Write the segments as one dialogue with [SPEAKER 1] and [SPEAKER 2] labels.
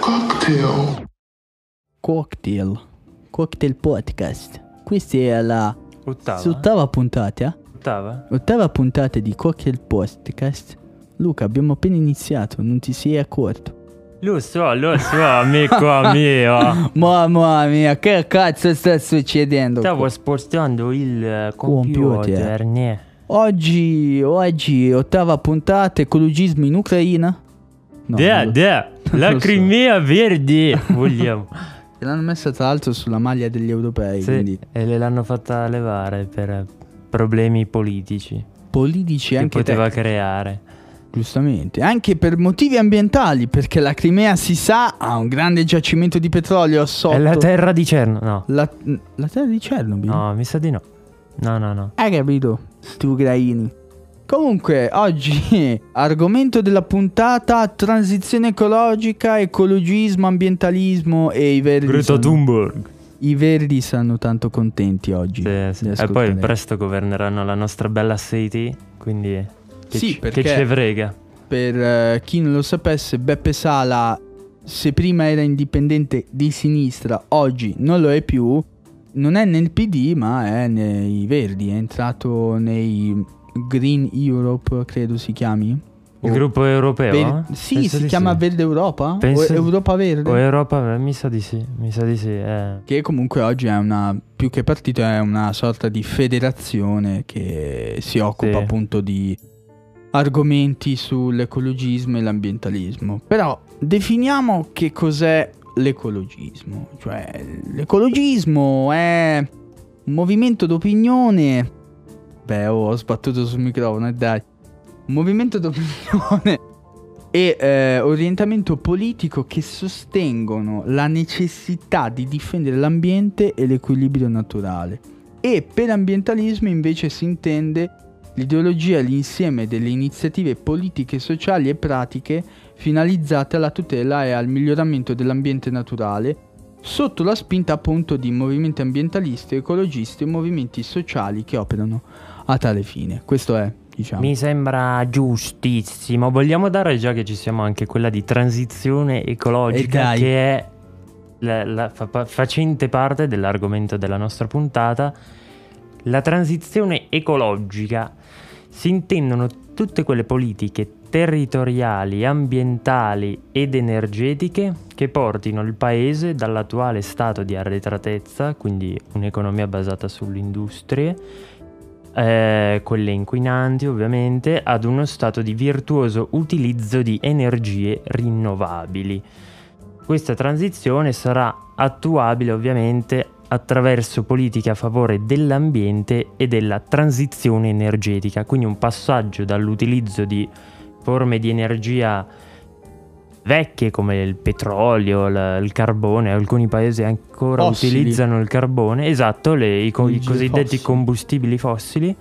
[SPEAKER 1] Cocktail.
[SPEAKER 2] Cocktail. Cocktail Podcast. Questa è la
[SPEAKER 3] Ottava.
[SPEAKER 2] ottava puntata. eh?
[SPEAKER 3] Ottava?
[SPEAKER 2] Ottava puntata di Cocktail Podcast. Luca, abbiamo appena iniziato, non ti sei accorto.
[SPEAKER 3] Lo so, lo so, amico mio.
[SPEAKER 2] Mamma mia, che cazzo sta succedendo?
[SPEAKER 3] Stavo spostando il eh, computer. ne.
[SPEAKER 2] Oggi, oggi, ottava puntata, ecologismo in Ucraina. No, non
[SPEAKER 3] De,
[SPEAKER 2] lo-
[SPEAKER 3] de, la
[SPEAKER 2] lo so.
[SPEAKER 3] Crimea verde. Vogliamo.
[SPEAKER 2] L'hanno messa tra l'altro sulla maglia degli europei,
[SPEAKER 3] Sì,
[SPEAKER 2] quindi
[SPEAKER 3] e le l'hanno fatta levare per eh, problemi politici
[SPEAKER 2] politici
[SPEAKER 3] che
[SPEAKER 2] anche
[SPEAKER 3] poteva
[SPEAKER 2] te.
[SPEAKER 3] creare.
[SPEAKER 2] Giustamente, anche per motivi ambientali, perché la Crimea si sa ha un grande giacimento di petrolio sotto
[SPEAKER 3] È la terra di Cerno. No,
[SPEAKER 2] la- la terra di Chernobyl.
[SPEAKER 3] no, mi sa di no. No, no, no.
[SPEAKER 2] Hai capito? Sti ucraini. Comunque, oggi argomento della puntata transizione ecologica, ecologismo, ambientalismo e i verdi.
[SPEAKER 3] Greta
[SPEAKER 2] Sono,
[SPEAKER 3] Thunberg.
[SPEAKER 2] I verdi saranno tanto contenti oggi.
[SPEAKER 3] Sì,
[SPEAKER 2] di
[SPEAKER 3] sì. E
[SPEAKER 2] ascoltare.
[SPEAKER 3] poi presto governeranno la nostra bella city. Quindi, eh, che,
[SPEAKER 2] Sì,
[SPEAKER 3] ci- che
[SPEAKER 2] perché-
[SPEAKER 3] ce ne frega.
[SPEAKER 2] Per eh, chi non lo sapesse, Beppe Sala, se prima era indipendente di sinistra, oggi non lo è più. Non è nel PD, ma è nei Verdi. È entrato nei Green Europe, credo si chiami.
[SPEAKER 3] Il
[SPEAKER 2] O-
[SPEAKER 3] gruppo europeo?
[SPEAKER 2] Ver-
[SPEAKER 3] eh?
[SPEAKER 2] Oh. sì,
[SPEAKER 3] Penso
[SPEAKER 2] si
[SPEAKER 3] di
[SPEAKER 2] chiama
[SPEAKER 3] sì.
[SPEAKER 2] Verde Europa
[SPEAKER 3] Penso-
[SPEAKER 2] o Europa Verde.
[SPEAKER 3] O Europa, eh, mi sa di sì, mi sa di sì. eh.
[SPEAKER 2] che comunque oggi è una più che partito è una sorta di federazione che si occupa
[SPEAKER 3] Sì.
[SPEAKER 2] appunto di argomenti sull'ecologismo e l'ambientalismo. Però definiamo che cos'è l'ecologismo, cioè l'ecologismo è un movimento d'opinione Beh, oh, ho sbattuto sul microfono, eh, dai. Movimento d'opinione e eh, orientamento politico che sostengono la necessità di difendere l'ambiente e l'equilibrio naturale. E per ambientalismo invece si intende l'ideologia e l'insieme delle iniziative politiche, sociali e pratiche finalizzate alla tutela e al miglioramento dell'ambiente naturale, sotto la spinta appunto di movimenti ambientalisti, ecologisti e movimenti sociali che operano a tale fine. Questo è, diciamo.
[SPEAKER 3] Mi sembra giustissimo. Vogliamo dare già che ci siamo anche quella di transizione
[SPEAKER 2] E
[SPEAKER 3] ecologica
[SPEAKER 2] Eh, dai.
[SPEAKER 3] che è la, la fa- fa- facente parte dell'argomento della nostra puntata. La transizione ecologica si intendono tutte quelle politiche territoriali, ambientali ed energetiche che portino il paese dall'attuale stato di arretratezza, quindi un'economia basata sulle industrie, eh, quelle inquinanti ovviamente, ad uno stato di virtuoso utilizzo di energie rinnovabili. Questa transizione sarà attuabile ovviamente attraverso politiche a favore dell'ambiente e della transizione energetica, quindi un passaggio dall'utilizzo di forme di energia vecchie come il petrolio, la- il carbone, alcuni paesi ancora
[SPEAKER 2] Fossili.
[SPEAKER 3] utilizzano il carbone, esatto, le- i, co- i
[SPEAKER 2] Energie
[SPEAKER 3] cosiddetti
[SPEAKER 2] fossili.
[SPEAKER 3] combustibili fossili,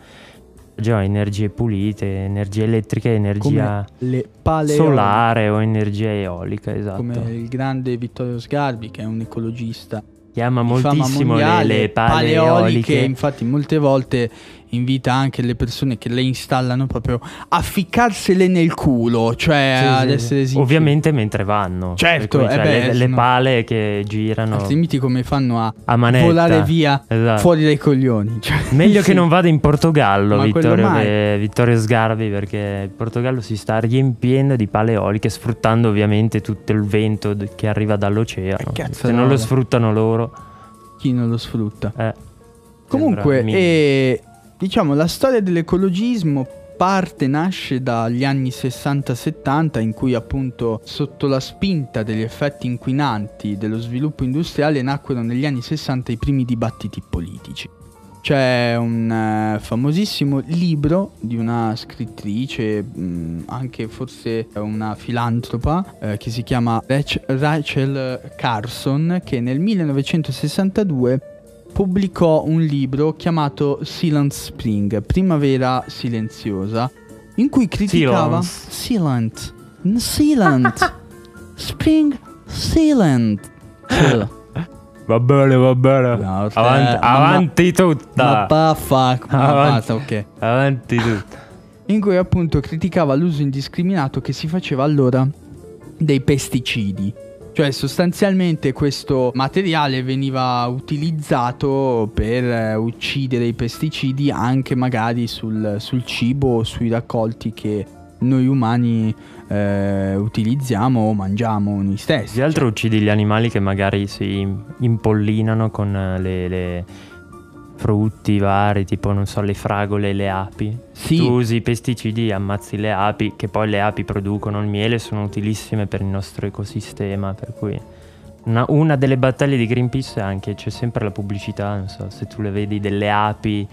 [SPEAKER 3] già energie pulite, energie elettriche, energia
[SPEAKER 2] come le pale
[SPEAKER 3] solare o energia eolica, esatto.
[SPEAKER 2] come il grande Vittorio Sgarbi che è un ecologista
[SPEAKER 3] Chiama
[SPEAKER 2] di fama
[SPEAKER 3] moltissimo le,
[SPEAKER 2] mondiale,
[SPEAKER 3] le
[SPEAKER 2] paleoliche,
[SPEAKER 3] paleoliche.
[SPEAKER 2] infatti molte volte invita anche le persone che le installano proprio a ficcarsele nel culo, cioè
[SPEAKER 3] Sì,
[SPEAKER 2] ad
[SPEAKER 3] sì, sì.
[SPEAKER 2] essere sinceri.
[SPEAKER 3] Ovviamente mentre vanno.
[SPEAKER 2] Certo,
[SPEAKER 3] Per cui,
[SPEAKER 2] eh
[SPEAKER 3] cioè,
[SPEAKER 2] beh,
[SPEAKER 3] le, le
[SPEAKER 2] sono-
[SPEAKER 3] pale che girano
[SPEAKER 2] Altrimenti come fanno a
[SPEAKER 3] a manetta.
[SPEAKER 2] volare via
[SPEAKER 3] Esatto.
[SPEAKER 2] fuori dai coglioni? Cioè,
[SPEAKER 3] Meglio
[SPEAKER 2] sì.
[SPEAKER 3] che non vada in Portogallo
[SPEAKER 2] Ma quello
[SPEAKER 3] Vittorio,
[SPEAKER 2] mai.
[SPEAKER 3] che- Vittorio Sgarbi perché il Portogallo si sta riempiendo di pale eoliche sfruttando ovviamente tutto il vento d- che arriva
[SPEAKER 2] Eh,
[SPEAKER 3] dall'oceano. Se non
[SPEAKER 2] cazzarola.
[SPEAKER 3] lo sfruttano loro,
[SPEAKER 2] chi non lo sfrutta.
[SPEAKER 3] eh,
[SPEAKER 2] Comunque,
[SPEAKER 3] sembra-
[SPEAKER 2] eh, diciamo, la storia dell'ecologismo parte, nasce dagli anni 60-70 in cui appunto sotto la spinta degli effetti inquinanti dello sviluppo industriale nacquero negli anni 60 i primi dibattiti politici. C'è un eh, famosissimo libro di una scrittrice, mh, anche forse una filantropa, eh, che si chiama Rach- Rachel Carson, che nel 1962 pubblicò un libro chiamato Silent Spring, Primavera Silenziosa, in cui criticava Silent, N- Silent, Spring Silent. Silent.
[SPEAKER 3] Va bene, va bene.
[SPEAKER 2] No, te-
[SPEAKER 3] avanti,
[SPEAKER 2] ma-
[SPEAKER 3] avanti
[SPEAKER 2] Ma
[SPEAKER 3] tutta.
[SPEAKER 2] pa fuck, ma
[SPEAKER 3] Avanti.
[SPEAKER 2] basta, ok.
[SPEAKER 3] avanti tutta.
[SPEAKER 2] in cui appunto criticava l'uso indiscriminato che si faceva allora dei pesticidi. Cioè sostanzialmente questo materiale veniva utilizzato per eh, uccidere i pesticidi anche magari sul, sul cibo o sui raccolti che noi umani eh, utilizziamo o mangiamo noi
[SPEAKER 3] Più
[SPEAKER 2] stessi.
[SPEAKER 3] che altro uccidi gli animali che magari si impollinano con eh, le, le frutti vari, tipo non so, le fragole e le api.
[SPEAKER 2] Sì.
[SPEAKER 3] Tu usi i pesticidi e ammazzi le api, che poi le api producono il miele, sono utilissime per il nostro ecosistema, per cui... Una, una delle battaglie di Greenpeace è anche, c'è sempre la pubblicità, non so, se tu le vedi delle api...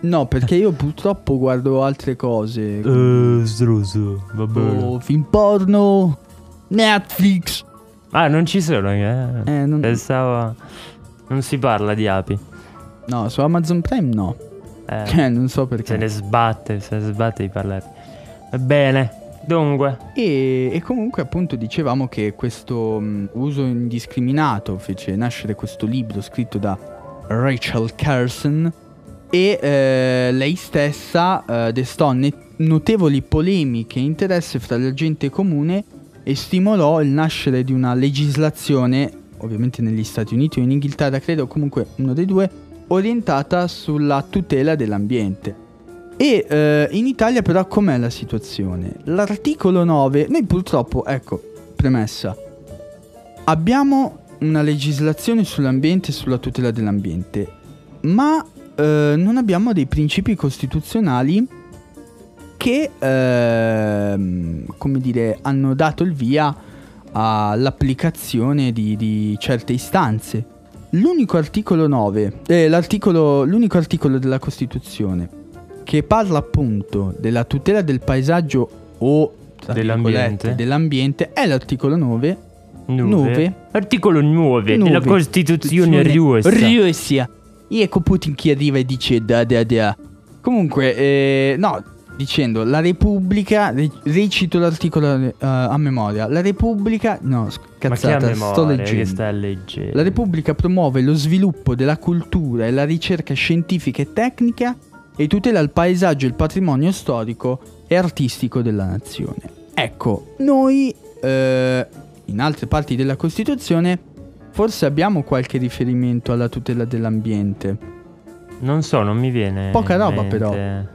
[SPEAKER 2] No, perché io purtroppo guardo altre cose.
[SPEAKER 3] Eh, sdruso, va
[SPEAKER 2] tipo film porno, Netflix.
[SPEAKER 3] Ah, non ci sono, eh?
[SPEAKER 2] Eh, non-
[SPEAKER 3] Pensavo... Non si parla di api.
[SPEAKER 2] No, su Amazon Prime no.
[SPEAKER 3] Eh.
[SPEAKER 2] Cioè, non so perché.
[SPEAKER 3] Se ne sbatte, se ne sbatte di parlare. Va bene, dunque.
[SPEAKER 2] E, e comunque appunto dicevamo che questo mh, uso indiscriminato fece nascere questo libro scritto da Rachel Carson e eh, lei stessa eh, destò ne- notevoli polemiche e interesse fra la gente comune e stimolò il nascere di una legislazione, ovviamente negli Stati Uniti o in Inghilterra credo, comunque uno dei due, orientata sulla tutela dell'ambiente. E eh, in Italia però com'è la situazione? L'articolo 9, noi purtroppo, ecco, premessa, abbiamo una legislazione sull'ambiente e sulla tutela dell'ambiente, ma eh, non abbiamo dei principi costituzionali che, ehm, come dire, hanno dato il via all'applicazione di, di certe istanze. L'unico articolo 9, eh, l'articolo- l'unico articolo della Costituzione che parla appunto della tutela del paesaggio o tra
[SPEAKER 3] Dell'ambiente.
[SPEAKER 2] virgolette, dell'ambiente è l'articolo 9 Nove.
[SPEAKER 3] Articolo 9 della
[SPEAKER 2] Nove.
[SPEAKER 3] Costituzione
[SPEAKER 2] Costituzione
[SPEAKER 3] russa.
[SPEAKER 2] Russia. E ecco Putin che arriva e dice da da da. Comunque, eh, no, dicendo la Repubblica, re- recito l'articolo eh, a memoria. La Repubblica, no, sc-
[SPEAKER 3] Ma che ha
[SPEAKER 2] cazzata, sto
[SPEAKER 3] memoria che
[SPEAKER 2] leggendo.
[SPEAKER 3] sta a leggere?
[SPEAKER 2] La Repubblica promuove lo sviluppo della cultura e la ricerca scientifica e tecnica e tutela il paesaggio e il patrimonio storico e artistico della nazione. Ecco, noi eh, in altre parti della Costituzione forse abbiamo qualche riferimento alla tutela dell'ambiente.
[SPEAKER 3] Non so, non mi viene.
[SPEAKER 2] Poca
[SPEAKER 3] in
[SPEAKER 2] roba,
[SPEAKER 3] mente.
[SPEAKER 2] però. Eh,
[SPEAKER 3] non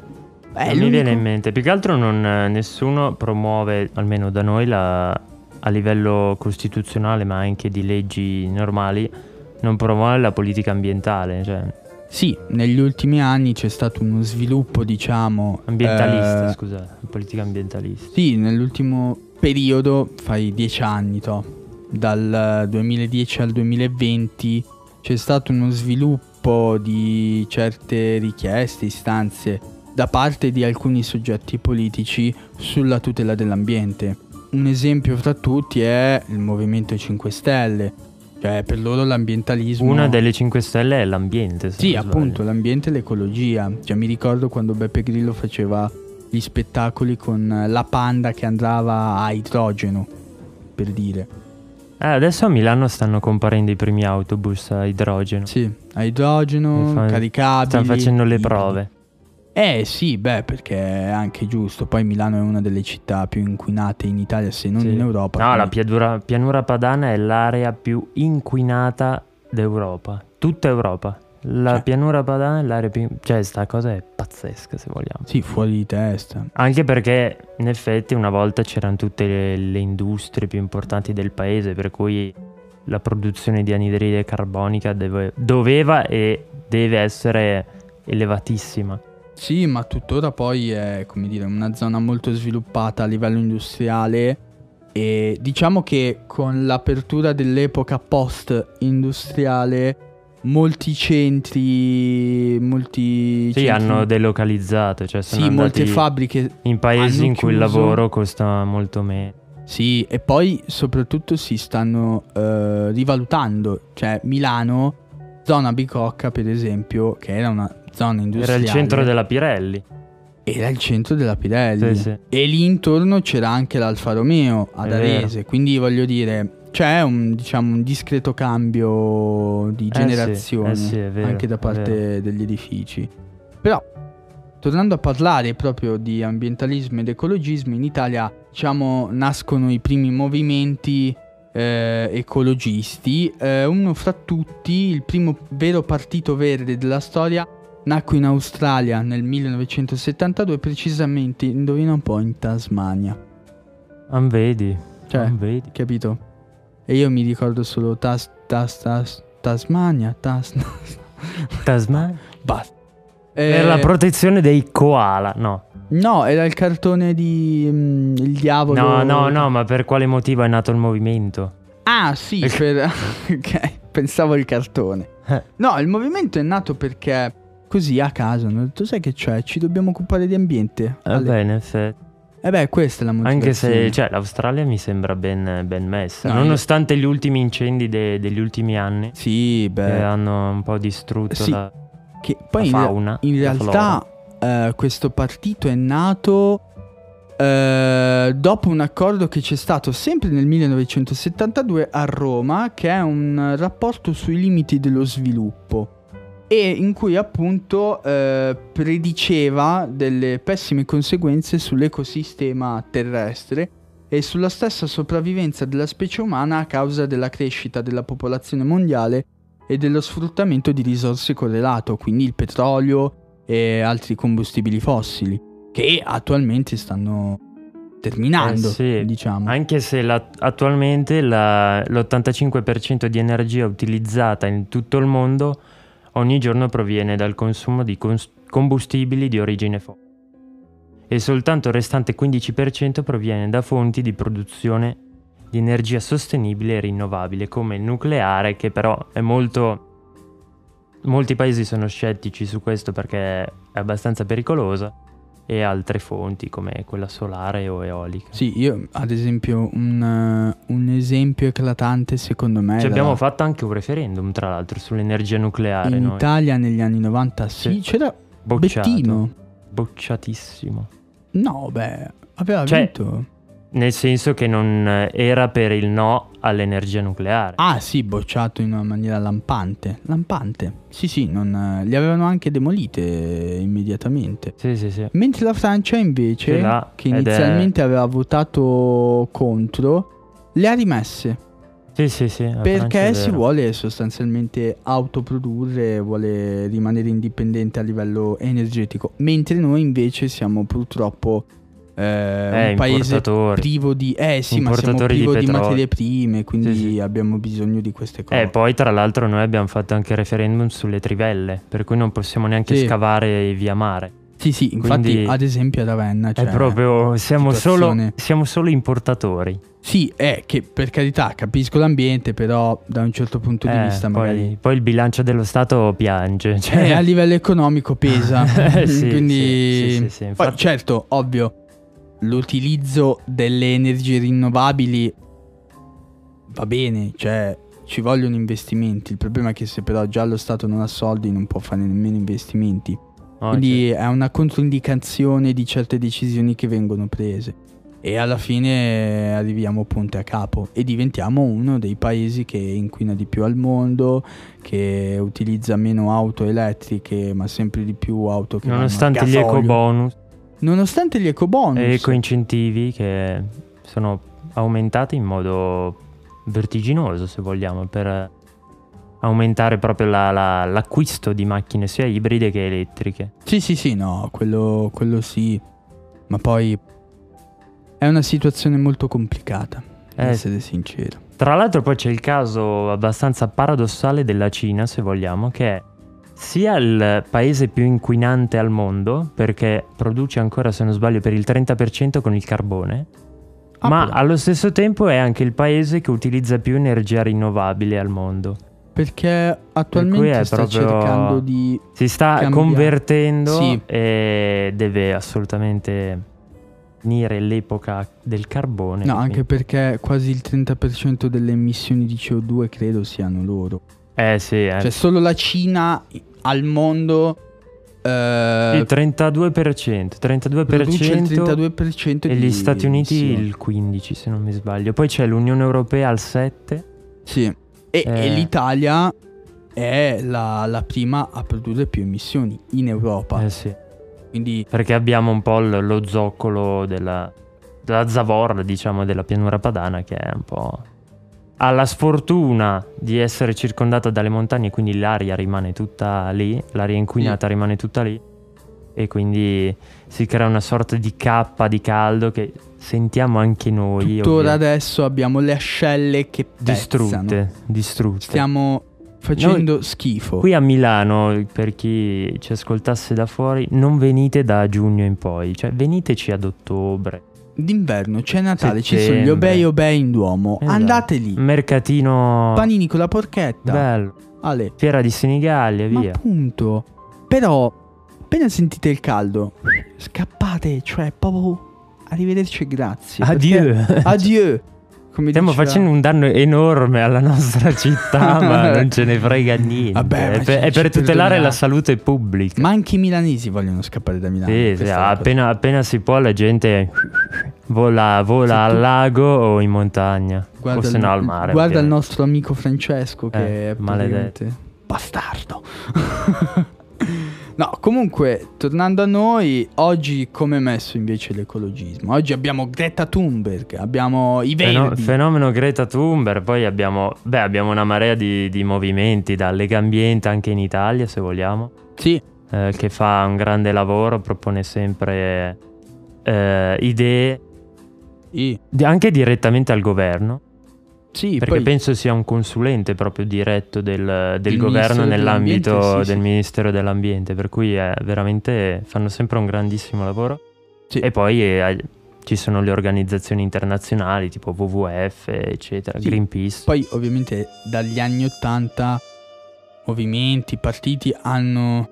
[SPEAKER 3] mi
[SPEAKER 2] l'unico-
[SPEAKER 3] viene in mente. Più che altro non, eh, nessuno promuove, almeno da noi, la- a livello costituzionale, ma anche di leggi normali, non promuove la politica ambientale. Cioè,
[SPEAKER 2] Sì, negli ultimi anni c'è stato uno sviluppo, diciamo...
[SPEAKER 3] ambientalista,
[SPEAKER 2] eh,
[SPEAKER 3] scusa. Politica ambientalista.
[SPEAKER 2] Sì, nell'ultimo periodo, fai dieci anni, to, dal 2010 al 2020, c'è stato uno sviluppo di certe richieste, istanze da parte di alcuni soggetti politici sulla tutela dell'ambiente. Un esempio fra tutti è il Movimento 5 Stelle, cioè per loro l'ambientalismo...
[SPEAKER 3] Una delle 5 Stelle è l'ambiente. se
[SPEAKER 2] Sì,
[SPEAKER 3] non sbaglio.
[SPEAKER 2] appunto, l'ambiente e l'ecologia. Cioè, mi ricordo quando Beppe Grillo faceva gli spettacoli con eh, la panda che andava a idrogeno, per dire.
[SPEAKER 3] Eh, adesso a Milano stanno comparendo i primi autobus a idrogeno.
[SPEAKER 2] Sì, a idrogeno,
[SPEAKER 3] Mi fa-
[SPEAKER 2] caricabili.
[SPEAKER 3] Stanno facendo le
[SPEAKER 2] ibridi.
[SPEAKER 3] prove.
[SPEAKER 2] Eh sì, beh, perché è anche giusto. Poi Milano è una delle città più inquinate in Italia, se non
[SPEAKER 3] Sì.
[SPEAKER 2] in Europa.
[SPEAKER 3] No, la
[SPEAKER 2] quindi-
[SPEAKER 3] piadura- pianura padana è l'area più inquinata d'Europa. Tutta Europa. La
[SPEAKER 2] Cioè.
[SPEAKER 3] pianura padana è l'area più... Cioè, sta cosa è pazzesca, se vogliamo.
[SPEAKER 2] Sì, fuori di testa.
[SPEAKER 3] Anche perché, in effetti, una volta c'erano tutte le, le industrie più importanti del paese, per cui la produzione di anidride carbonica deve- doveva e deve essere elevatissima.
[SPEAKER 2] Sì, ma tuttora poi è come dire una zona molto sviluppata a livello industriale e diciamo che con l'apertura dell'epoca post industriale molti centri, molti
[SPEAKER 3] Sì,
[SPEAKER 2] centri-
[SPEAKER 3] hanno delocalizzato, cioè sono
[SPEAKER 2] sì, molte
[SPEAKER 3] andati
[SPEAKER 2] fabbriche
[SPEAKER 3] in paesi
[SPEAKER 2] hanno
[SPEAKER 3] in cui il
[SPEAKER 2] chiuso.
[SPEAKER 3] lavoro costa molto meno.
[SPEAKER 2] Sì, e poi soprattutto si stanno eh, rivalutando, cioè Milano, zona Bicocca per esempio, che era una zona
[SPEAKER 3] Era
[SPEAKER 2] industriale
[SPEAKER 3] il centro della Pirelli.
[SPEAKER 2] era il centro della Pirelli.
[SPEAKER 3] Sì, sì.
[SPEAKER 2] E lì intorno c'era anche l'Alfa Romeo ad
[SPEAKER 3] È vero.
[SPEAKER 2] Arese, quindi voglio dire, c'è un, diciamo, un discreto cambio di
[SPEAKER 3] Eh
[SPEAKER 2] generazione
[SPEAKER 3] sì, eh sì, è vero,
[SPEAKER 2] anche da
[SPEAKER 3] è
[SPEAKER 2] parte degli edifici. Però, tornando a parlare proprio di ambientalismo ed ecologismo, in Italia diciamo, nascono i primi movimenti eh, eh, ecologisti. Eh, uno fra tutti, il primo vero partito verde della storia, nacque in Australia nel 1972, precisamente, indovina un po', in Tasmania.
[SPEAKER 3] Non vedi.
[SPEAKER 2] Cioè,
[SPEAKER 3] non vedi.
[SPEAKER 2] capito? E io mi ricordo solo Tas, Tas, Tas, Tasmania, Tas...
[SPEAKER 3] Tasmania.
[SPEAKER 2] Basta.
[SPEAKER 3] Per la
[SPEAKER 2] Eh,
[SPEAKER 3] protezione dei koala, no.
[SPEAKER 2] No, era il cartone di mm, Il diavolo.
[SPEAKER 3] No, no, no, ma per quale motivo è nato il movimento?
[SPEAKER 2] Ah, sì,
[SPEAKER 3] Ok.
[SPEAKER 2] per- ok, pensavo il cartone.
[SPEAKER 3] Eh.
[SPEAKER 2] No, il movimento è nato perché così a caso hanno detto, sai che c'è, ci dobbiamo occupare di ambiente.
[SPEAKER 3] Va bene, se-
[SPEAKER 2] E beh, questa è la motivazione.
[SPEAKER 3] Eh, anche se cioè, l'Australia mi sembra ben, ben messa,
[SPEAKER 2] No, io-
[SPEAKER 3] nonostante gli ultimi incendi de- degli ultimi anni
[SPEAKER 2] Sì,
[SPEAKER 3] che
[SPEAKER 2] beh,
[SPEAKER 3] hanno un po' distrutto
[SPEAKER 2] Eh. Sì,
[SPEAKER 3] la,
[SPEAKER 2] che
[SPEAKER 3] Eh, la
[SPEAKER 2] poi in,
[SPEAKER 3] fauna.
[SPEAKER 2] in
[SPEAKER 3] la
[SPEAKER 2] realtà
[SPEAKER 3] flora.
[SPEAKER 2] eh, questo partito è nato eh, dopo un accordo che c'è stato sempre nel 1972 a Roma, che è un rapporto sui limiti dello sviluppo e in cui appunto eh, prediceva delle pessime conseguenze sull'ecosistema terrestre e sulla stessa sopravvivenza della specie umana a causa della crescita della popolazione mondiale e dello sfruttamento di risorse correlato, quindi il petrolio, e altri combustibili fossili che attualmente stanno terminando,
[SPEAKER 3] Eh sì,
[SPEAKER 2] diciamo.
[SPEAKER 3] Anche se la- attualmente la- l'85% di energia utilizzata in tutto il mondo ogni giorno proviene dal consumo di cons- combustibili di origine fossile e soltanto il restante 15% proviene da fonti di produzione di energia sostenibile e rinnovabile come il nucleare che però è molto... Molti paesi sono scettici su questo perché è abbastanza pericolosa e altre fonti come quella solare o eolica.
[SPEAKER 2] Sì, io ad esempio un, eh, un esempio eclatante secondo me
[SPEAKER 3] Ci
[SPEAKER 2] era
[SPEAKER 3] abbiamo fatto anche un referendum, tra l'altro, sull'energia nucleare.
[SPEAKER 2] in
[SPEAKER 3] noi.
[SPEAKER 2] Italia negli anni 90 sì,
[SPEAKER 3] Sì.
[SPEAKER 2] c'era
[SPEAKER 3] Bocciato.
[SPEAKER 2] Bettino.
[SPEAKER 3] Bocciatissimo.
[SPEAKER 2] No, beh, aveva
[SPEAKER 3] Cioè-
[SPEAKER 2] vinto.
[SPEAKER 3] Nel senso che non eh, era per il no all'energia nucleare.
[SPEAKER 2] Ah, sì, bocciato in una maniera lampante. Lampante. Sì, sì, non, eh, li avevano anche demolite eh, immediatamente.
[SPEAKER 3] Sì, sì, sì.
[SPEAKER 2] Mentre la Francia invece,
[SPEAKER 3] Ce l'ha,
[SPEAKER 2] che
[SPEAKER 3] ed è-
[SPEAKER 2] inizialmente aveva votato contro, le ha rimesse
[SPEAKER 3] Sì, sì, sì. la Francia è
[SPEAKER 2] perché si
[SPEAKER 3] vero.
[SPEAKER 2] vuole sostanzialmente autoprodurre, vuole rimanere indipendente a livello energetico, mentre noi invece siamo purtroppo eh,
[SPEAKER 3] Eh,
[SPEAKER 2] un paese
[SPEAKER 3] importatori.
[SPEAKER 2] privo di, eh, sì, ma siamo
[SPEAKER 3] Importatori di
[SPEAKER 2] privo di,
[SPEAKER 3] petrolio.
[SPEAKER 2] materie prime, quindi
[SPEAKER 3] Sì, sì.
[SPEAKER 2] abbiamo bisogno di queste cose.
[SPEAKER 3] Eh, poi tra l'altro noi abbiamo fatto anche il referendum sulle trivelle, per cui non possiamo neanche
[SPEAKER 2] Sì.
[SPEAKER 3] scavare via mare.
[SPEAKER 2] sì, sì, infatti
[SPEAKER 3] quindi-
[SPEAKER 2] ad esempio a Ravenna cioè,
[SPEAKER 3] è proprio, siamo solo,
[SPEAKER 2] situazione-
[SPEAKER 3] siamo solo importatori.
[SPEAKER 2] Sì, è che per carità capisco l'ambiente, però da un certo punto di
[SPEAKER 3] Eh,
[SPEAKER 2] vista magari...
[SPEAKER 3] poi, poi il bilancio dello Stato piange. Cioè...
[SPEAKER 2] Eh, a livello economico pesa. Mm,
[SPEAKER 3] Eh, sì,
[SPEAKER 2] Quindi,
[SPEAKER 3] sì, sì, sì, sì,
[SPEAKER 2] Poi,
[SPEAKER 3] infatti-
[SPEAKER 2] certo, ovvio, l'utilizzo delle energie rinnovabili va bene, cioè ci vogliono investimenti. Il problema è che se però già lo Stato non ha soldi non può fare nemmeno investimenti.
[SPEAKER 3] No, cioè, certo.
[SPEAKER 2] Quindi è una controindicazione di certe decisioni che vengono prese. E alla fine eh, arriviamo punte a capo e diventiamo uno dei paesi che inquina di più al mondo, che utilizza meno auto elettriche, ma sempre di più auto che vanno a
[SPEAKER 3] Nonostante gli
[SPEAKER 2] gasolio.
[SPEAKER 3] eco bonus
[SPEAKER 2] Nonostante gli ecobonus.
[SPEAKER 3] e ecoincentivi che sono aumentati in modo vertiginoso, se vogliamo, per aumentare proprio la- la- l'acquisto di macchine sia ibride che elettriche.
[SPEAKER 2] Sì, sì, sì, no, quello, quello sì. Ma poi è una situazione molto complicata, ad
[SPEAKER 3] Eh,
[SPEAKER 2] essere sincero.
[SPEAKER 3] Tra l'altro poi c'è il caso abbastanza paradossale della Cina, se vogliamo, che è sia il paese più inquinante al mondo, perché produce ancora, se non sbaglio, per il 30% con il carbone,
[SPEAKER 2] Ah,
[SPEAKER 3] ma
[SPEAKER 2] però.
[SPEAKER 3] allo stesso tempo è anche il paese che utilizza più energia rinnovabile al mondo.
[SPEAKER 2] Perché
[SPEAKER 3] cui
[SPEAKER 2] attualmente
[SPEAKER 3] è
[SPEAKER 2] sta
[SPEAKER 3] proprio-
[SPEAKER 2] cercando di
[SPEAKER 3] Si sta
[SPEAKER 2] Cambiare.
[SPEAKER 3] convertendo
[SPEAKER 2] Sì.
[SPEAKER 3] e deve assolutamente finire l'epoca del carbone.
[SPEAKER 2] No,
[SPEAKER 3] quindi-
[SPEAKER 2] anche perché quasi il 30% delle emissioni di CO2 credo siano loro.
[SPEAKER 3] Eh sì, eh.
[SPEAKER 2] Cioè solo la Cina al mondo eh,
[SPEAKER 3] il 32%, 32%
[SPEAKER 2] produce il 32%
[SPEAKER 3] e
[SPEAKER 2] di
[SPEAKER 3] gli Stati Uniti
[SPEAKER 2] emissioni.
[SPEAKER 3] il 15% se non mi sbaglio. Poi c'è l'Unione Europea al 7%.
[SPEAKER 2] Sì. E, e
[SPEAKER 3] Eh.
[SPEAKER 2] l'Italia è la, la prima a produrre più emissioni in Europa.
[SPEAKER 3] Eh sì,
[SPEAKER 2] Quindi
[SPEAKER 3] perché abbiamo un po' l- lo zoccolo della, della zavorra, diciamo, della pianura padana che è un po'... ha la sfortuna di essere circondata dalle montagne, quindi l'aria rimane tutta lì, l'aria inquinata rimane tutta lì e quindi si crea una sorta di cappa di caldo che sentiamo anche noi.
[SPEAKER 2] Tuttora
[SPEAKER 3] ovviamente.
[SPEAKER 2] adesso abbiamo le ascelle che pezzano.
[SPEAKER 3] distrutte, distrutte.
[SPEAKER 2] Stiamo facendo schifo.
[SPEAKER 3] Qui a Milano, per chi ci ascoltasse da fuori, non venite da giugno in poi, cioè veniteci ad ottobre.
[SPEAKER 2] D'inverno c'è Natale, ci sono gli
[SPEAKER 3] Settembre.
[SPEAKER 2] obei obei in Duomo.
[SPEAKER 3] Esatto.
[SPEAKER 2] Andate lì.
[SPEAKER 3] Mercatino
[SPEAKER 2] Panini con la porchetta.
[SPEAKER 3] bello,
[SPEAKER 2] Ale.
[SPEAKER 3] Fiera di Senigallia,
[SPEAKER 2] Ma
[SPEAKER 3] via.
[SPEAKER 2] appunto. Però, appena sentite il caldo, scappate. Cioè, proprio. Arrivederci e grazie.
[SPEAKER 3] Addio.
[SPEAKER 2] Perché- Adieu. Come
[SPEAKER 3] Stiamo
[SPEAKER 2] diceva-
[SPEAKER 3] facendo un danno enorme alla nostra città, ma non ce ne frega niente.
[SPEAKER 2] Vabbè, ma
[SPEAKER 3] è per,
[SPEAKER 2] ci-
[SPEAKER 3] è per
[SPEAKER 2] ci
[SPEAKER 3] tutelare
[SPEAKER 2] perdoniamo.
[SPEAKER 3] la salute pubblica.
[SPEAKER 2] Ma anche i milanesi vogliono scappare da Milano.
[SPEAKER 3] Sì,
[SPEAKER 2] Questa
[SPEAKER 3] sì, ah,
[SPEAKER 2] è la cosa.
[SPEAKER 3] appena, appena si può la gente vola, vola
[SPEAKER 2] Se tu-
[SPEAKER 3] al lago o in montagna, o se
[SPEAKER 2] il-
[SPEAKER 3] no al
[SPEAKER 2] guarda
[SPEAKER 3] mare.
[SPEAKER 2] il
[SPEAKER 3] ovviamente.
[SPEAKER 2] nostro amico Francesco che
[SPEAKER 3] Eh,
[SPEAKER 2] è
[SPEAKER 3] maledetto.
[SPEAKER 2] praticamente bastardo. no, comunque, tornando a noi, oggi come è messo invece l'ecologismo? Oggi abbiamo Greta Thunberg, abbiamo i
[SPEAKER 3] Feno-
[SPEAKER 2] verdi.
[SPEAKER 3] fenomeno Greta Thunberg, poi abbiamo, beh, abbiamo una marea di, di movimenti, da Lega Ambiente anche in Italia se vogliamo,
[SPEAKER 2] sì,
[SPEAKER 3] eh, che fa un grande lavoro, propone sempre eh, idee
[SPEAKER 2] i-
[SPEAKER 3] di- anche direttamente al governo,
[SPEAKER 2] sì,
[SPEAKER 3] perché
[SPEAKER 2] poi
[SPEAKER 3] penso sia un consulente proprio diretto del, del
[SPEAKER 2] Del
[SPEAKER 3] governo
[SPEAKER 2] Ministero
[SPEAKER 3] nell'ambito
[SPEAKER 2] dell'Ambiente, sì,
[SPEAKER 3] del
[SPEAKER 2] sì.
[SPEAKER 3] Ministero dell'Ambiente, per cui è veramente fanno sempre un grandissimo lavoro.
[SPEAKER 2] Sì.
[SPEAKER 3] E poi eh, ci sono le organizzazioni internazionali tipo WWF, eccetera,
[SPEAKER 2] Sì.
[SPEAKER 3] Greenpeace.
[SPEAKER 2] Poi ovviamente dagli anni 80 movimenti, partiti hanno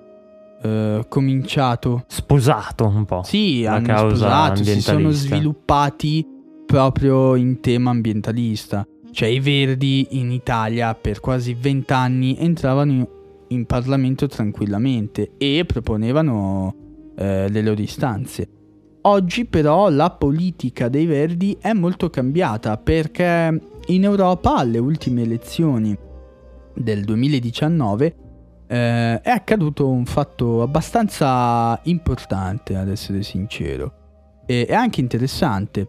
[SPEAKER 2] eh, cominciato
[SPEAKER 3] sposato un po'.
[SPEAKER 2] Sì,
[SPEAKER 3] la
[SPEAKER 2] hanno
[SPEAKER 3] causa
[SPEAKER 2] sposato, si sono
[SPEAKER 3] ambientalista.
[SPEAKER 2] sviluppati proprio in tema ambientalista. Cioè i Verdi in Italia per quasi vent'anni entravano in, in Parlamento tranquillamente e proponevano eh, le loro istanze. Oggi però la politica dei Verdi è molto cambiata perché in Europa alle ultime elezioni del 2019 eh, è accaduto un fatto abbastanza importante, ad essere sincero, e, e anche interessante.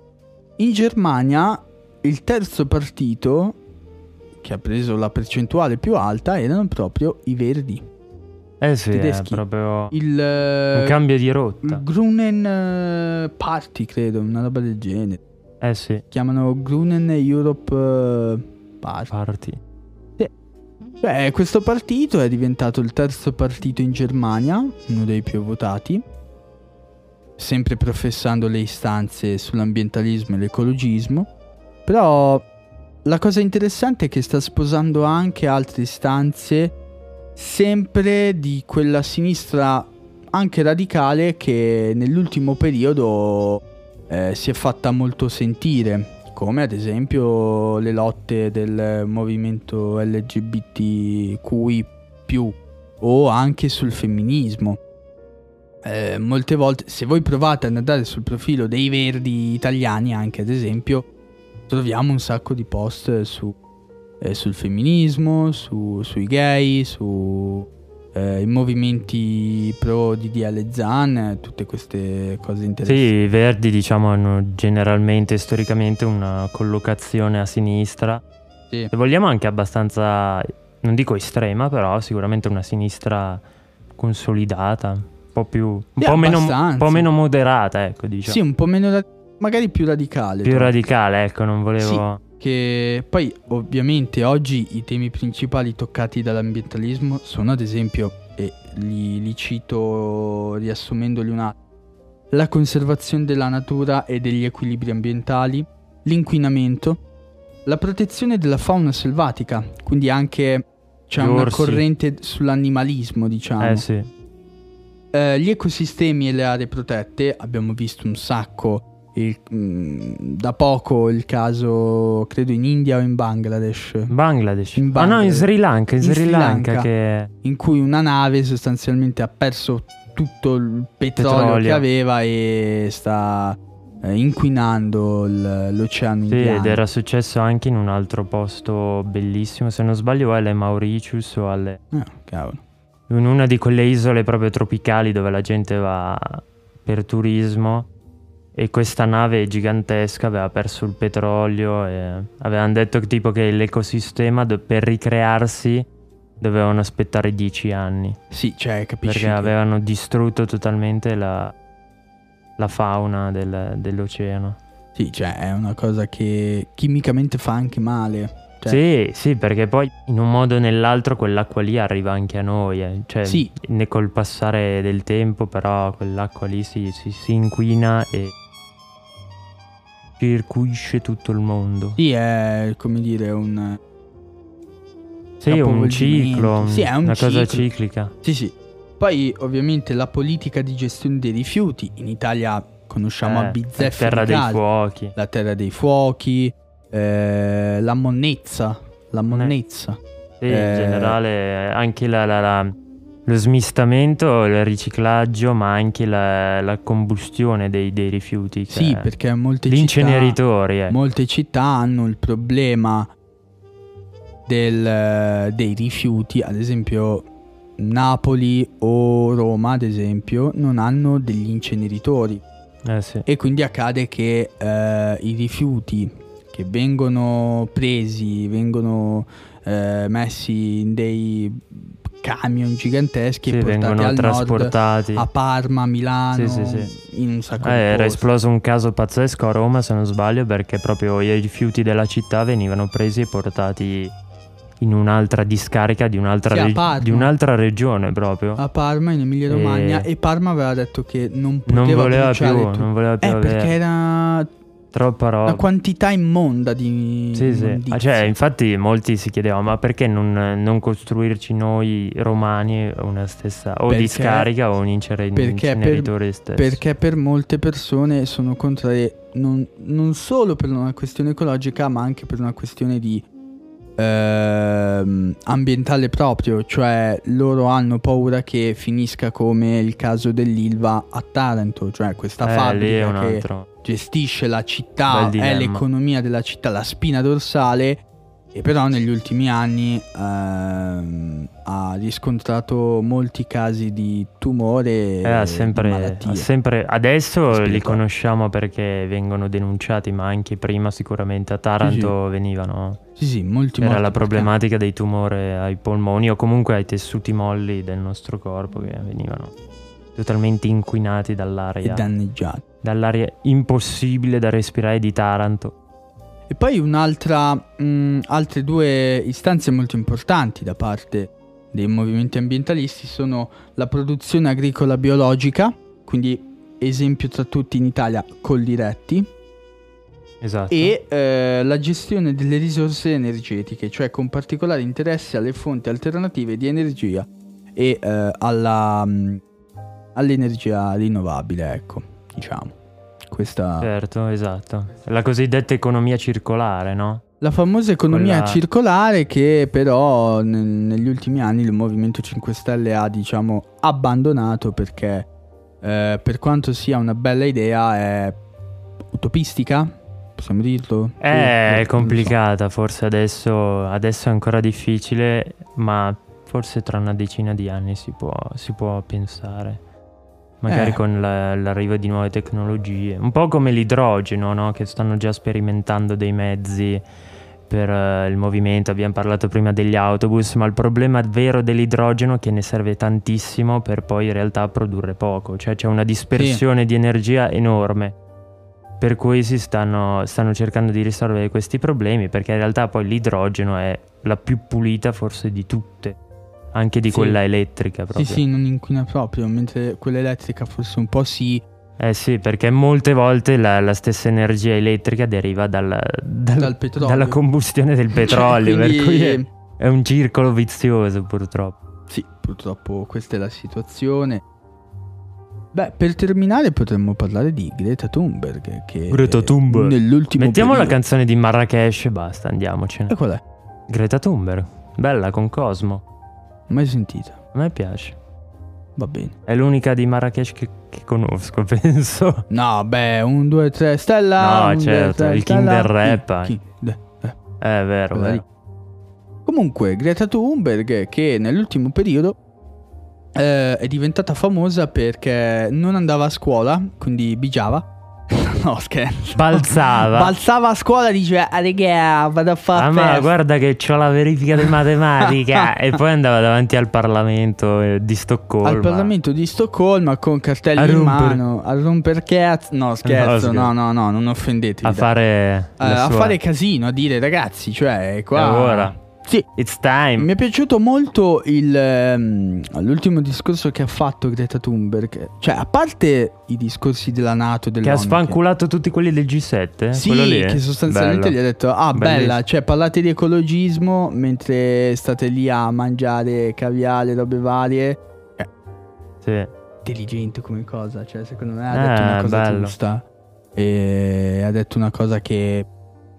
[SPEAKER 2] In Germania il terzo partito che ha preso la percentuale più alta erano proprio i Verdi.
[SPEAKER 3] eh sì, è
[SPEAKER 2] tedeschi.
[SPEAKER 3] proprio
[SPEAKER 2] Il,
[SPEAKER 3] un
[SPEAKER 2] eh,
[SPEAKER 3] cambio di rotta.
[SPEAKER 2] il Grunen eh, Party, credo, una roba del genere.
[SPEAKER 3] Eh sì,
[SPEAKER 2] Chiamano Grunen Europe eh, Party.
[SPEAKER 3] parti.
[SPEAKER 2] Beh, questo partito è diventato il terzo partito in Germania, uno dei più votati, sempre professando le istanze sull'ambientalismo e l'ecologismo, però la cosa interessante è che sta sposando anche altre istanze, sempre di quella sinistra anche radicale che nell'ultimo periodo eh, si è fatta molto sentire, come ad esempio le lotte del movimento LGBTQI, o anche sul femminismo. Eh, molte volte, se voi provate ad andare sul profilo dei verdi italiani, anche ad esempio, troviamo un sacco di post su, eh, sul femminismo, su- sui gay, su eh, i movimenti pro DDL Zan, eh, tutte queste cose
[SPEAKER 3] Sì,
[SPEAKER 2] interessanti.
[SPEAKER 3] i Verdi diciamo hanno generalmente, storicamente, una collocazione a sinistra.
[SPEAKER 2] Sì.
[SPEAKER 3] Se vogliamo anche abbastanza, non dico estrema, però sicuramente una sinistra consolidata, un po' più... Un,
[SPEAKER 2] Sì,
[SPEAKER 3] po, meno, un
[SPEAKER 2] abbastanza.
[SPEAKER 3] po' meno moderata, ecco, diciamo.
[SPEAKER 2] Sì, esatto. un po' meno, ra- magari più radicale.
[SPEAKER 3] più
[SPEAKER 2] tra-
[SPEAKER 3] radicale, ecco, non volevo...
[SPEAKER 2] che poi ovviamente oggi i temi principali toccati dall'ambientalismo sono ad esempio, e li, li cito riassumendoli un attimo, la conservazione della natura e degli equilibri ambientali, l'inquinamento, la protezione della fauna selvatica, quindi anche c'è
[SPEAKER 3] Gli
[SPEAKER 2] una
[SPEAKER 3] orsi.
[SPEAKER 2] corrente sull'animalismo diciamo.
[SPEAKER 3] Eh sì,
[SPEAKER 2] Eh, gli ecosistemi e le aree protette, abbiamo visto un sacco, il- mm, da poco il caso, credo in India o in Bangladesh,
[SPEAKER 3] Bangladesh.
[SPEAKER 2] In
[SPEAKER 3] Ah no, in
[SPEAKER 2] Bangladesh.
[SPEAKER 3] Sri Lanka, in,
[SPEAKER 2] In
[SPEAKER 3] Sri
[SPEAKER 2] Sri
[SPEAKER 3] Lanka,
[SPEAKER 2] Lanka.
[SPEAKER 3] che...
[SPEAKER 2] in cui una nave sostanzialmente ha perso tutto il petrolio,
[SPEAKER 3] Petrolio.
[SPEAKER 2] che aveva e sta eh, inquinando il- l'oceano
[SPEAKER 3] Sì,
[SPEAKER 2] indiano.
[SPEAKER 3] ed era successo anche in un altro posto bellissimo, se non sbaglio, è alle Mauritius o alle...
[SPEAKER 2] Ah, cavolo.
[SPEAKER 3] in una di quelle isole proprio tropicali dove la gente va per turismo e questa nave gigantesca aveva perso il petrolio e avevano detto che, tipo che l'ecosistema do- per ricrearsi dovevano aspettare dieci anni
[SPEAKER 2] Sì, cioè, capisci?
[SPEAKER 3] perché
[SPEAKER 2] che-
[SPEAKER 3] avevano distrutto totalmente la, la fauna del- dell'oceano.
[SPEAKER 2] Sì, cioè, è una cosa che chimicamente fa anche male. Cioè-
[SPEAKER 3] Sì, sì, perché poi in un modo o nell'altro quell'acqua lì arriva anche a noi, eh. cioè
[SPEAKER 2] Sì.
[SPEAKER 3] ne- col passare del tempo però quell'acqua lì si, si- si inquina e circuisce tutto il mondo.
[SPEAKER 2] Sì, è come dire un...
[SPEAKER 3] Sì, è un
[SPEAKER 2] capovolgimento.
[SPEAKER 3] ciclo,
[SPEAKER 2] Sì, è un
[SPEAKER 3] una
[SPEAKER 2] ciclo.
[SPEAKER 3] cosa ciclica.
[SPEAKER 2] Sì, sì. Poi ovviamente la politica di gestione dei rifiuti. In Italia conosciamo
[SPEAKER 3] Eh,
[SPEAKER 2] a bizzeffe
[SPEAKER 3] terra
[SPEAKER 2] di
[SPEAKER 3] dei
[SPEAKER 2] casi.
[SPEAKER 3] fuochi.
[SPEAKER 2] La terra dei fuochi, eh, la monnezza. La monnezza.
[SPEAKER 3] Sì, in
[SPEAKER 2] Eh.
[SPEAKER 3] generale anche la- la- la- lo smistamento, il riciclaggio, ma anche la, la combustione dei, dei rifiuti. che-
[SPEAKER 2] Sì, perché molte
[SPEAKER 3] gli
[SPEAKER 2] città,
[SPEAKER 3] inceneritori, eh.
[SPEAKER 2] molte città hanno il problema del, eh, dei rifiuti. Ad esempio, Napoli o Roma, ad esempio, non hanno degli inceneritori.
[SPEAKER 3] Eh, sì.
[SPEAKER 2] E quindi accade che eh, i rifiuti che vengono presi, vengono eh, messi in dei camion giganteschi
[SPEAKER 3] Sì,
[SPEAKER 2] e portati
[SPEAKER 3] vengono
[SPEAKER 2] al nord,
[SPEAKER 3] trasportati.
[SPEAKER 2] a Parma, a Milano,
[SPEAKER 3] Sì, sì, sì.
[SPEAKER 2] in un sacco
[SPEAKER 3] Eh, era
[SPEAKER 2] di posti.
[SPEAKER 3] esploso un caso pazzesco a Roma, se non sbaglio, perché proprio i rifiuti della città venivano presi e portati in un'altra discarica di un'altra,
[SPEAKER 2] Sì, a
[SPEAKER 3] reg-
[SPEAKER 2] Parma. Ah,
[SPEAKER 3] di un'altra regione proprio.
[SPEAKER 2] a Parma in Emilia Romagna e... Parma aveva detto che non poteva
[SPEAKER 3] non voleva più,
[SPEAKER 2] bruciare tutto.
[SPEAKER 3] non voleva più
[SPEAKER 2] Eh,
[SPEAKER 3] avere
[SPEAKER 2] perché era
[SPEAKER 3] troppa roba.
[SPEAKER 2] una quantità immonda di
[SPEAKER 3] Sì, sì.
[SPEAKER 2] immondizia.
[SPEAKER 3] Ah, Cioè, infatti molti si chiedevano, ma perché non, non costruirci noi romani una stessa o
[SPEAKER 2] Perché-
[SPEAKER 3] discarica o un incere-
[SPEAKER 2] perché per-
[SPEAKER 3] inceneritore stesso?
[SPEAKER 2] Perché per molte persone sono contrarie non, non solo per una questione ecologica, ma anche per una questione di ehm, ambientale proprio. Cioè, loro hanno paura che finisca come il caso dell'Ilva a Taranto, cioè questa
[SPEAKER 3] Eh, lì è un
[SPEAKER 2] fabbrica che
[SPEAKER 3] altro.
[SPEAKER 2] gestisce la città,
[SPEAKER 3] Bel
[SPEAKER 2] è
[SPEAKER 3] dilemma.
[SPEAKER 2] l'economia della città, la spina dorsale. E però negli ultimi anni ehm, ha riscontrato molti casi di tumore
[SPEAKER 3] Eh, ha
[SPEAKER 2] e
[SPEAKER 3] sempre-
[SPEAKER 2] di malattie.
[SPEAKER 3] ha sempre- adesso li
[SPEAKER 2] Spirituale.
[SPEAKER 3] conosciamo perché vengono denunciati, ma anche prima sicuramente a Taranto venivano.
[SPEAKER 2] Sì, sì, molti
[SPEAKER 3] Era
[SPEAKER 2] morti
[SPEAKER 3] la
[SPEAKER 2] per
[SPEAKER 3] problematica dei tumore ai polmoni o comunque ai tessuti molli del nostro corpo che venivano totalmente
[SPEAKER 2] cancro
[SPEAKER 3] inquinati
[SPEAKER 2] e
[SPEAKER 3] dall'aria,
[SPEAKER 2] danneggiati.
[SPEAKER 3] dall'aria impossibile da respirare di Taranto.
[SPEAKER 2] E poi un'altra, mh, altre due istanze molto importanti da parte dei movimenti ambientalisti sono la produzione agricola biologica, quindi esempio tra tutti in Italia col diretti,
[SPEAKER 3] Esatto.
[SPEAKER 2] e eh, la gestione delle risorse energetiche, cioè con particolare interesse alle fonti alternative di energia e eh, alla, mh, all'energia rinnovabile, ecco, diciamo. Questa...
[SPEAKER 3] Certo, esatto. La cosiddetta economia circolare, no?
[SPEAKER 2] La famosa economia
[SPEAKER 3] Quella-
[SPEAKER 2] circolare che però ne- negli ultimi anni il Movimento 5 Stelle ha diciamo abbandonato perché eh, per quanto sia una bella idea è utopistica, possiamo dirlo? Sì,
[SPEAKER 3] Eh,
[SPEAKER 2] non
[SPEAKER 3] È
[SPEAKER 2] so.
[SPEAKER 3] complicata, forse adesso, adesso è ancora difficile, ma forse tra una decina di anni si può, si può pensare. Magari
[SPEAKER 2] Eh.
[SPEAKER 3] con la- l'arrivo di nuove tecnologie, un po' come l'idrogeno, no? che stanno già sperimentando dei mezzi per eh, il movimento. Abbiamo parlato prima degli autobus, ma il problema vero dell'idrogeno è che ne serve tantissimo per poi in realtà produrre poco, cioè c'è una dispersione di energia enorme. Per cui si stanno, stanno cercando di risolvere questi problemi perché in realtà poi l'idrogeno è la più pulita forse di tutte, anche di
[SPEAKER 2] Sì.
[SPEAKER 3] quella elettrica proprio.
[SPEAKER 2] Sì, sì, non inquina proprio, mentre quella elettrica forse un po' sì,
[SPEAKER 3] Eh sì, perché molte volte la, la stessa energia elettrica deriva dalla- dal-
[SPEAKER 2] dal petrolio.
[SPEAKER 3] dalla combustione del
[SPEAKER 2] Cioè,
[SPEAKER 3] petrolio,
[SPEAKER 2] quindi-
[SPEAKER 3] per cui è, è un circolo vizioso purtroppo.
[SPEAKER 2] Sì, purtroppo questa è la situazione. Beh, per terminare potremmo parlare di Greta Thunberg. Che
[SPEAKER 3] Greta Thunberg.
[SPEAKER 2] Nell'ultimo
[SPEAKER 3] Mettiamo la
[SPEAKER 2] periodo-
[SPEAKER 3] canzone di Marrakesh e basta, andiamocene.
[SPEAKER 2] E qual è?
[SPEAKER 3] Greta Thunberg, bella con Cosmo,
[SPEAKER 2] Mai sentita.
[SPEAKER 3] a me piace.
[SPEAKER 2] Va bene.
[SPEAKER 3] È l'unica di Marrakesh che, che conosco, penso.
[SPEAKER 2] No, beh, un, due, tre, stella.
[SPEAKER 3] No,
[SPEAKER 2] un, due,
[SPEAKER 3] certo,
[SPEAKER 2] tre,
[SPEAKER 3] il
[SPEAKER 2] stella.
[SPEAKER 3] king del rap,
[SPEAKER 2] Il
[SPEAKER 3] eh.
[SPEAKER 2] king de- eh,
[SPEAKER 3] È vero,
[SPEAKER 2] quella
[SPEAKER 3] vero.
[SPEAKER 2] lì. Comunque, Greta Thunberg che nell'ultimo periodo eh, è diventata famosa perché non andava a scuola, quindi bigiava. No, scherzo.
[SPEAKER 3] Balzava.
[SPEAKER 2] Balzava a scuola e diceva, ah, regà, vado a fare
[SPEAKER 3] Ah, ma
[SPEAKER 2] festa."
[SPEAKER 3] guarda che ho la verifica di matematica e poi andava davanti al Parlamento eh, di Stoccolma.
[SPEAKER 2] Al Parlamento di Stoccolma con
[SPEAKER 3] A
[SPEAKER 2] cartelli in
[SPEAKER 3] romper-
[SPEAKER 2] mano, a romper cazzo. No, scherzo,
[SPEAKER 3] scherzo.
[SPEAKER 2] no, no, no, non offendetevi.
[SPEAKER 3] a
[SPEAKER 2] dai.
[SPEAKER 3] fare
[SPEAKER 2] Eh,
[SPEAKER 3] la
[SPEAKER 2] a
[SPEAKER 3] sua-
[SPEAKER 2] fare casino, a dire ragazzi, cioè qua...
[SPEAKER 3] È ora.
[SPEAKER 2] Sì,
[SPEAKER 3] It's time.
[SPEAKER 2] mi è piaciuto molto il, ehm, l'ultimo discorso che ha fatto Greta Thunberg. Cioè, a parte i discorsi della Nato e
[SPEAKER 3] Che ha
[SPEAKER 2] dell'ONU,
[SPEAKER 3] sfanculato tutti quelli del G7?
[SPEAKER 2] Sì,
[SPEAKER 3] Quello lì?
[SPEAKER 2] che sostanzialmente
[SPEAKER 3] Bello.
[SPEAKER 2] gli ha detto: Ah, bella,
[SPEAKER 3] Bellissimo.
[SPEAKER 2] cioè parlate di ecologismo mentre state lì a mangiare caviale, robe varie.
[SPEAKER 3] Sì.
[SPEAKER 2] Intelligente come cosa, cioè, secondo me ha detto
[SPEAKER 3] Eh,
[SPEAKER 2] una cosa
[SPEAKER 3] bello.
[SPEAKER 2] giusta. E ha detto una cosa che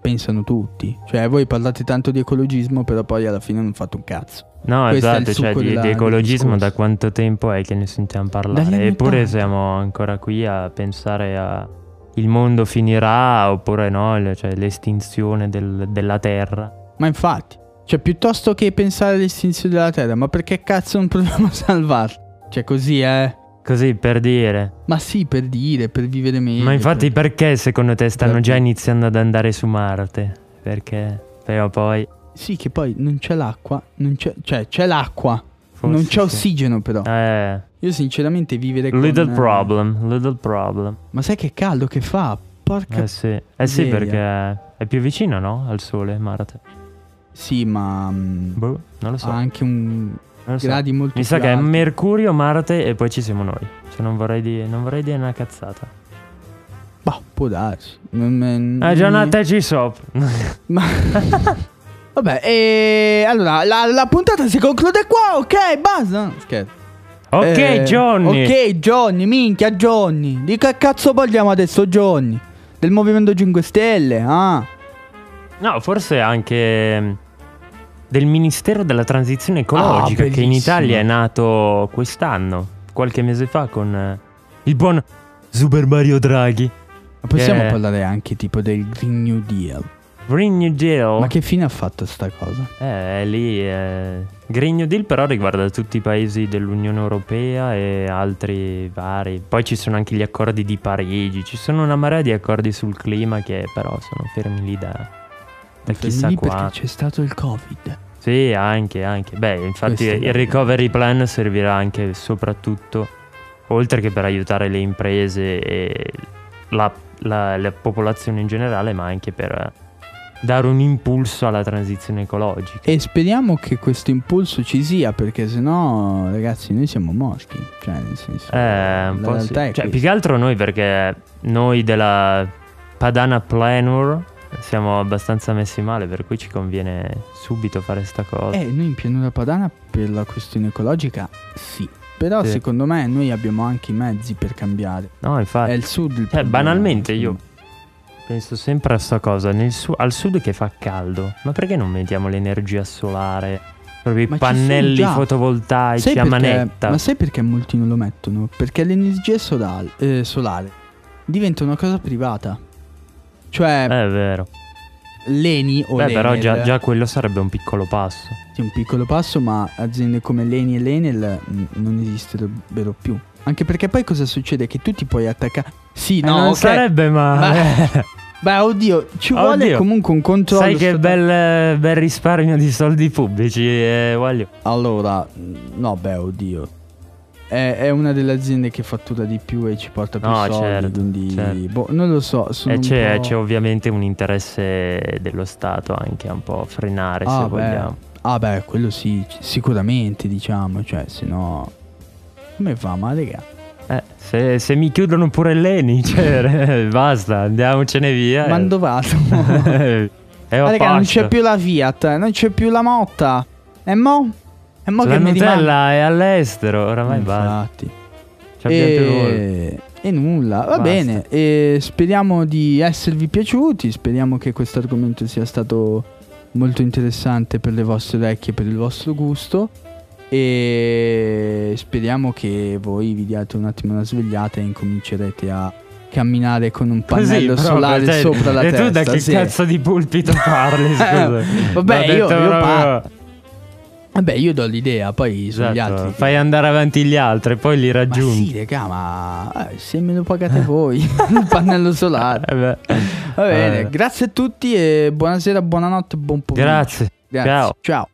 [SPEAKER 2] pensano tutti. Cioè, voi parlate tanto di ecologismo, però poi alla fine non fate un cazzo.
[SPEAKER 3] No,
[SPEAKER 2] Questo è il
[SPEAKER 3] esatto, cioè
[SPEAKER 2] succo
[SPEAKER 3] di,
[SPEAKER 2] della-
[SPEAKER 3] di
[SPEAKER 2] del
[SPEAKER 3] ecologismo
[SPEAKER 2] discorso.
[SPEAKER 3] da quanto tempo è che ne sentiamo
[SPEAKER 2] Dagli
[SPEAKER 3] parlare?
[SPEAKER 2] anni
[SPEAKER 3] Eppure
[SPEAKER 2] 80.
[SPEAKER 3] siamo ancora qui a pensare a il mondo finirà oppure no, il- cioè l'estinzione del- della Terra.
[SPEAKER 2] Ma infatti, cioè, piuttosto che pensare all'estinzione della Terra, ma perché cazzo non proviamo a salvarla? Cioè, così, eh?
[SPEAKER 3] Così per dire.
[SPEAKER 2] Ma sì, per dire, per vivere meglio.
[SPEAKER 3] Ma infatti
[SPEAKER 2] per-
[SPEAKER 3] perché secondo te stanno
[SPEAKER 2] per-
[SPEAKER 3] già iniziando ad andare su Marte? Perché prima o poi
[SPEAKER 2] Sì, che poi non c'è l'acqua, non c'è, cioè c'è l'acqua,
[SPEAKER 3] forse
[SPEAKER 2] non c'è
[SPEAKER 3] sì.
[SPEAKER 2] ossigeno però.
[SPEAKER 3] Eh,
[SPEAKER 2] Io sinceramente vivere con...
[SPEAKER 3] little
[SPEAKER 2] eh,
[SPEAKER 3] problem, little problem.
[SPEAKER 2] Ma sai che caldo che fa? Porca...
[SPEAKER 3] Eh sì, eh sì
[SPEAKER 2] miseria.
[SPEAKER 3] perché è più vicino, no? Al sole, Marte.
[SPEAKER 2] Sì, ma... mm,
[SPEAKER 3] Boh, non lo so.
[SPEAKER 2] ha anche un...
[SPEAKER 3] non lo so.
[SPEAKER 2] gradi molto
[SPEAKER 3] Mi sa
[SPEAKER 2] più
[SPEAKER 3] che è
[SPEAKER 2] alti.
[SPEAKER 3] Mercurio, Marte e poi ci siamo noi. Cioè, non vorrei dire, non vorrei dire una cazzata.
[SPEAKER 2] Bah, può darsi. Non- non-
[SPEAKER 3] Ah, già una ci sopra.
[SPEAKER 2] Ma... Vabbè, e... Allora, la, la puntata si conclude qua, ok, basta. No, Scherzo.
[SPEAKER 3] ok,
[SPEAKER 2] Eh,
[SPEAKER 3] Johnny.
[SPEAKER 2] Ok, Johnny, minchia, Johnny. Di che cazzo parliamo adesso, Johnny? Del Movimento 5 Stelle, ah.
[SPEAKER 3] No, forse anche mm, del Ministero della Transizione
[SPEAKER 2] Ah,
[SPEAKER 3] Ecologica che in
[SPEAKER 2] bellissimo.
[SPEAKER 3] Italia è nato quest'anno, qualche mese fa con eh, il buon Super Mario Draghi.
[SPEAKER 2] Ma possiamo
[SPEAKER 3] Eh.
[SPEAKER 2] parlare anche tipo del Green New Deal.
[SPEAKER 3] Green New Deal.
[SPEAKER 2] Ma che fine ha fatto sta cosa?
[SPEAKER 3] Eh, è lì eh, Green New Deal però riguarda tutti i paesi dell'Unione Europea e altri vari. Poi ci sono anche gli accordi di Parigi, ci sono una marea di accordi sul clima che però sono fermi lì da, da chissà
[SPEAKER 2] Lì
[SPEAKER 3] qua.
[SPEAKER 2] perché c'è stato il Covid.
[SPEAKER 3] Sì, anche, anche. Beh, infatti
[SPEAKER 2] Questo è
[SPEAKER 3] il
[SPEAKER 2] vero.
[SPEAKER 3] recovery plan servirà anche e soprattutto, oltre che per aiutare le imprese e la, la- la popolazione in generale, ma anche per eh, dare un impulso alla transizione ecologica.
[SPEAKER 2] E speriamo che questo impulso ci sia, perché sennò, ragazzi, noi siamo morti. Cioè, nel senso.
[SPEAKER 3] Eh, un
[SPEAKER 2] la
[SPEAKER 3] po' sì.
[SPEAKER 2] realtà è
[SPEAKER 3] Cioè, più
[SPEAKER 2] questa.
[SPEAKER 3] che altro noi perché noi della Padana Planur siamo abbastanza messi male, per cui ci conviene subito fare sta cosa.
[SPEAKER 2] Eh, noi in pianura padana per la questione ecologica, sì. Però
[SPEAKER 3] Sì.
[SPEAKER 2] secondo me noi abbiamo anche i mezzi per cambiare.
[SPEAKER 3] No,
[SPEAKER 2] È
[SPEAKER 3] infatti,
[SPEAKER 2] il sud il
[SPEAKER 3] cioè,
[SPEAKER 2] problema, Mm.
[SPEAKER 3] banalmente io
[SPEAKER 2] secondo
[SPEAKER 3] penso sempre a sta cosa, nel su- al sud che fa caldo, ma perché non mettiamo l'energia solare, proprio
[SPEAKER 2] Ma
[SPEAKER 3] i
[SPEAKER 2] ci sono
[SPEAKER 3] pannelli
[SPEAKER 2] già. me.
[SPEAKER 3] fotovoltaici
[SPEAKER 2] Sai
[SPEAKER 3] a
[SPEAKER 2] perché-
[SPEAKER 3] manetta?
[SPEAKER 2] Ma sai perché molti non lo mettono? Perché l'energia solal- eh, solare diventa una cosa privata. Cioè,
[SPEAKER 3] È vero.
[SPEAKER 2] l'ENI o
[SPEAKER 3] Eh. Beh,
[SPEAKER 2] l'ENEL
[SPEAKER 3] però già, già quello sarebbe un piccolo passo.
[SPEAKER 2] Sì, un piccolo passo, ma aziende come l'ENI e l'ENEL mh, non esisterebbero più. Anche perché poi cosa succede? Che tu ti puoi attaccare. Sì,
[SPEAKER 3] Eh,
[SPEAKER 2] no,
[SPEAKER 3] non
[SPEAKER 2] ok.
[SPEAKER 3] sarebbe male.
[SPEAKER 2] Beh, oddio, ci vuole
[SPEAKER 3] Oddio.
[SPEAKER 2] comunque un controllo.
[SPEAKER 3] Sai che
[SPEAKER 2] sta-
[SPEAKER 3] bel, bel risparmio di soldi pubblici, eh, Waglio.
[SPEAKER 2] Allora, mh, no, beh, oddio. È, è una delle aziende che fattura di più e ci porta più
[SPEAKER 3] No,
[SPEAKER 2] soldi.
[SPEAKER 3] certo,
[SPEAKER 2] quindi,
[SPEAKER 3] certo.
[SPEAKER 2] boh, non lo so. Sono
[SPEAKER 3] E
[SPEAKER 2] un
[SPEAKER 3] c'è,
[SPEAKER 2] po'-
[SPEAKER 3] c'è ovviamente un interesse dello Stato anche a un po' frenare,
[SPEAKER 2] Ah,
[SPEAKER 3] se
[SPEAKER 2] beh.
[SPEAKER 3] vogliamo.
[SPEAKER 2] Ah, beh, quello sì, c- sicuramente, diciamo. Cioè, se no. Come va, ma raga.
[SPEAKER 3] Eh, se, se mi chiudono pure l'ENI, cioè, basta, andiamocene via.
[SPEAKER 2] Mandovato.
[SPEAKER 3] Eh, eh, ho
[SPEAKER 2] Ma raga, non
[SPEAKER 3] posto.
[SPEAKER 2] c'è più la Fiat, eh, non c'è più la Motta. E mo? E mo
[SPEAKER 3] La
[SPEAKER 2] che mi rimane?
[SPEAKER 3] Nutella è all'estero, oramai basta.
[SPEAKER 2] Infatti. Eh,
[SPEAKER 3] Ci abbiamo più volo.
[SPEAKER 2] E... e nulla, va
[SPEAKER 3] Basta.
[SPEAKER 2] bene. E speriamo di esservi piaciuti. Speriamo che questo argomento sia stato molto interessante per le vostre orecchie, per il vostro gusto. E speriamo che voi vi diate un attimo una svegliata e incomincerete a camminare con un
[SPEAKER 3] Così,
[SPEAKER 2] pannello
[SPEAKER 3] proprio,
[SPEAKER 2] solare
[SPEAKER 3] cioè,
[SPEAKER 2] sopra la
[SPEAKER 3] e
[SPEAKER 2] testa.
[SPEAKER 3] tu da che
[SPEAKER 2] sì. Eh,
[SPEAKER 3] cazzo di pulpito parli, scusa?
[SPEAKER 2] Vabbè,
[SPEAKER 3] L'ho
[SPEAKER 2] io-
[SPEAKER 3] detto
[SPEAKER 2] io
[SPEAKER 3] proprio-
[SPEAKER 2] parlo. Vabbè, io do l'idea, poi sugli altri.
[SPEAKER 3] esatto, Fai andare avanti gli altri, poi li
[SPEAKER 2] Ma
[SPEAKER 3] raggiungi.
[SPEAKER 2] sì, raga, ma eh, se me lo pagate voi, il pannello solare.
[SPEAKER 3] Eh beh.
[SPEAKER 2] Va bene,
[SPEAKER 3] Vabbè.
[SPEAKER 2] grazie a tutti e buonasera, buonanotte, buon pomeriggio.
[SPEAKER 3] Grazie.
[SPEAKER 2] Grazie.
[SPEAKER 3] Ciao.
[SPEAKER 2] Ciao.